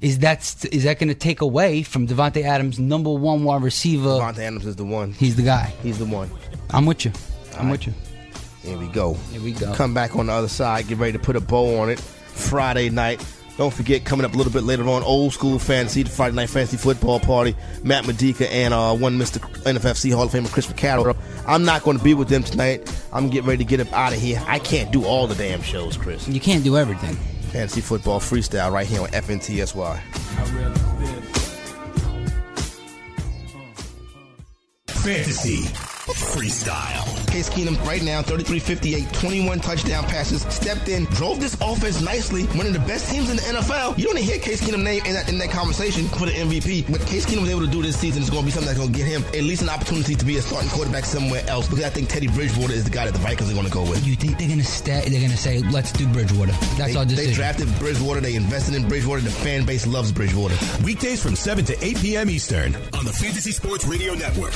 is that st- is that going to take away from Devontae Adams, number one wide receiver? Devontae
Adams is the one.
He's the guy.
He's the one.
I'm with you. I'm with you.
Here we go.
Here we go.
Come back on the other side. Get ready to put a bow on it. Friday night. Don't forget, coming up a little bit later on, old school fantasy, the Friday night fantasy football party. Matt Medica and uh, one Mr. NFFC Hall of Famer, Chris McCarroll. I'm not going to be with them tonight. I'm getting ready to get up out of here. I can't do all the damn shows, Chris.
You can't do everything.
Fantasy football freestyle right here on FNTSY.
Fantasy. Freestyle.
Case Keenum right now, 33-58, 21 touchdown passes, stepped in, drove this offense nicely, one of the best teams in the NFL. You don't even hear Case Keenum name in that, in that conversation for the MVP. What Case Keenum was able to do this season is going to be something that's going to get him at least an opportunity to be a starting quarterback somewhere else because I think Teddy Bridgewater is the guy that the Vikings are going to go with.
You think they're going to stay? They're going to say, "Let's do Bridgewater." That's
They,
our
they
decision.
drafted Bridgewater. They invested in Bridgewater. The fan base loves Bridgewater.
Weekdays from 7 to 8 p.m. Eastern on the Fantasy Sports Radio Network.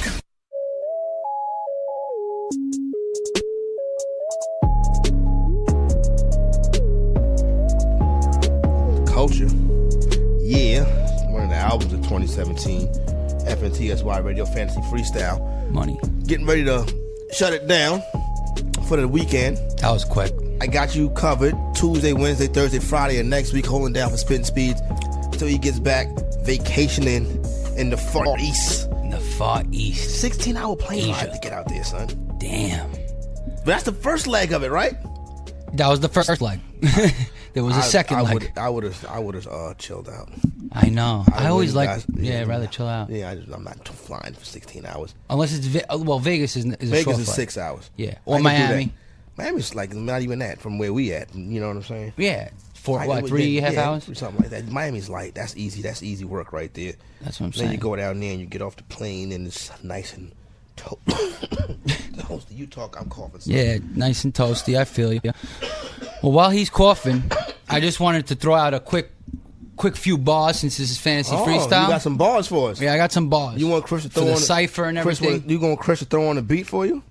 Culture. Yeah. One of the albums of 2017. FNTSY Radio Fantasy Freestyle.
Money.
Getting ready to shut it down for the weekend.
That was quick.
I got you covered Tuesday, Wednesday, Thursday, Friday, and next week holding down for spitting speeds until he gets back vacationing in the far east.
In the far east.
16 hour plane ride
Asia.
to get out there, son.
Damn.
But that's the first leg of it, right?
That was the first leg. there was a
a
second
I
leg.
would've- I would have, I would have uh, chilled out.
I know. I, always
would've
like.
got-
yeah, rather chill out.
Yeah, I just, I'm not flying for 16 hours.
Unless it's Ve- uh, well, Vegas is, is a
Vegas
short
is
flight.
six hours.
Yeah,
I
or
can do that.
Miami.
Miami's like not even that from where we at. You know what I'm saying?
Yeah, four
I
what
would
three
think-
half
yeah,
hours.
something like that. Miami's light. That's easy. That's easy work right there.
That's what I'm
then you
saying.
go down there and you get off the plane and it's nice and to- the host you talk. I'm coughing. son.
Yeah, nice and toasty. I feel you. Well, while he's coughing, I just wanted to throw out a quick, quick few bars since this is fantasy
Oh,
freestyle.
You got some bars for us.
yeah, I got some bars.
You want Chris to
For
throw
the
on
cipher and
Chris,
everything?
wanna- you going to Chris to throw on a beat for you?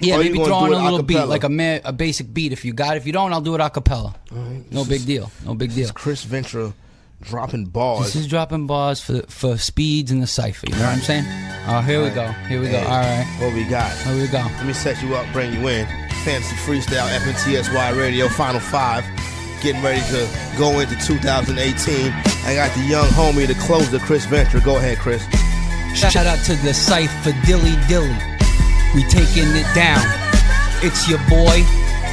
yeah,
Or you
maybe
gonna
throw
do
on
it
a little beat,
acapella?
like a ma- a basic beat. If you got, it. if you don't, I'll do it a cappella. No big deal. No big deal.
Chris Ventura dropping bars.
This is dropping bars for for speeds and the cipher. You know what I'm saying? Oh, here we go. Here we go.
Hey,
All right,
What we got?
here we go.
Let me set you up, bring you in. Fantasy Freestyle, FNTSY Radio, Final Five. Getting ready to go into 2018. I got the young homie, the closer, Chris Venture. Go ahead, Chris.
Shout out to the cipher Dilly Dilly. We taking it down. It's your boy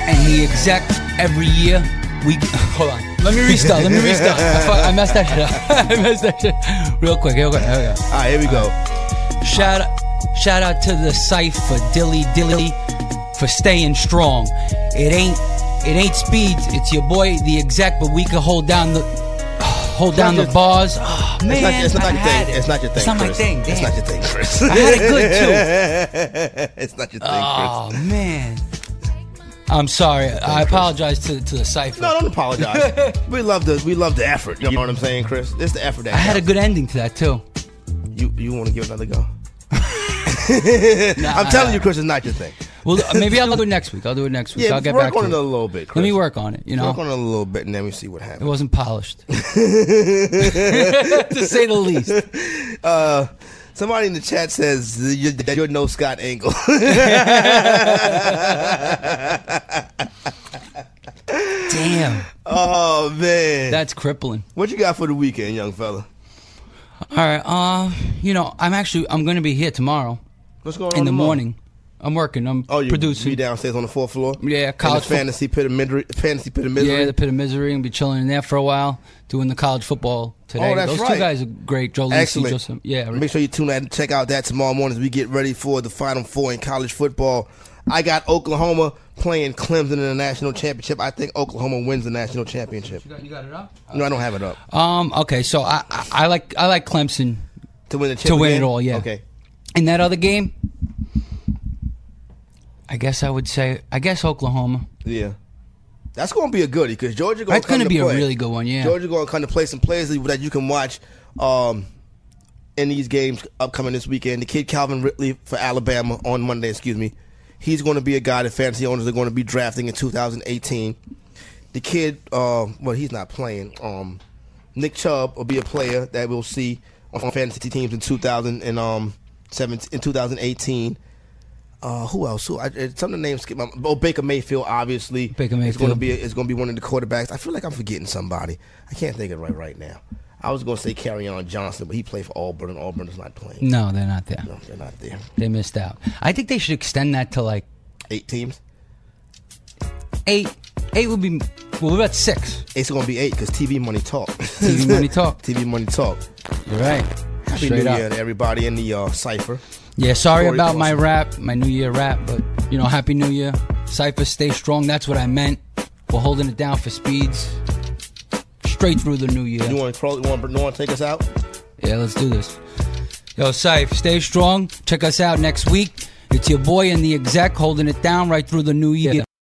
and the exec every year. We hold on. Let me restart. Let me restart. I, fu- I messed that shit up. I messed that shit real quick. Real quick. Here we go.
All right, here we go.
Shout out, shout out to the cipher Dilly Dilly for staying strong. It ain't it ain't speeds. It's your boy the exec, but we can hold down the hold down the
your-
bars. Oh, man,
it's not, it's not
I
your
had
thing.
it.
It's not your thing.
It's not my
Chris.
thing.
It's
damn.
not your thing, Chris.
I had it good too.
it's not your thing, Chris.
Oh man. I'm sorry. I apologize to, to the cipher.
no, don't apologize. we love the we love the effort. You know what I'm saying, Chris? It's the effort that
I had a good ending to that too.
you you want to give it another go. I'm telling you, Chris, it's not your thing.
Well, maybe I'll do it next week. I'll do it next week.
Yeah,
I'll get
work
back
on
to
it
you.
a little bit. Chris.
Let me work on it. You know,
Work on it a little bit, and then we see what happens.
it wasn't polished, to say the least.
Uh, somebody in the chat says that you're, that you're no Scott Angle.
Damn,
oh man,
that's crippling.
what you got for the weekend, young fella?
All right. Uh, you know, I'm actually I'm going to be here tomorrow
What's going on
in the
tomorrow?
morning. I'm working. I'm
Oh, you
producing.
be downstairs on the fourth floor.
Yeah,
In
college
the
fo-
fantasy pit of misery. Fantasy pit of misery.
Yeah, the pit of misery and be chilling in there for a while, doing the college football today.
Oh, that's
Those
right.
two guys are great. Joe Lisi,
Excellent.
Joseph. Yeah,
Make sure you tune in and check out that tomorrow morning as we get ready for the Final Four in college football. I got Oklahoma playing Clemson in the national championship. I think Oklahoma wins the national championship. You
got, you got it up?
No, I don't have it up.
Um. Okay. So I, I I like I like Clemson
to win the
to win
again?
it all. Yeah.
Okay.
In that other game, I guess I would say I guess Oklahoma.
Yeah. That's going to be a goodie because Georgia going
That's gonna be a really good one, yeah.
Georgia going to come to play some players that you can watch um, in these games upcoming this weekend. The kid Calvin Ridley for Alabama on Monday, excuse me. He's going to be a guy that fantasy owners are going to be drafting in 2018. The kid, uh, well, he's not playing. Um, Nick Chubb will be a player that we'll see on fantasy teams in 2000 and um, 17, in 2018. Uh, who else? Who? I, uh, some of the names skip my. Oh, Baker Mayfield, obviously. Baker It's going
Mayfield.
to be is going to be one of the quarterbacks. I feel like I'm forgetting somebody. I can't think of it right right now. I was going to say Carry On Johnson, but he played for Auburn, and Auburn is not playing.
No, they're not there.
No, they're not there.
They missed out. I think they should extend that to like
eight teams.
Eight. Eight would be. Well, what about six?
It's going to be eight because TV money talk.
TV money talk.
TV money talk.
You're right.
Happy
Straight
New
up.
Year to everybody in the uh, cipher.
Yeah, sorry
Corey
about my
Dawson.
rap, my New Year rap, but you know, Happy New Year. Cypher, stay strong. That's what I meant. We're holding it down for speeds. Straight through the new year.
You want to crawl? You want to take us out?
Yeah, let's do this. Yo, Syph, stay strong. Check us out next week. It's your boy and the exec holding it down right through the new year.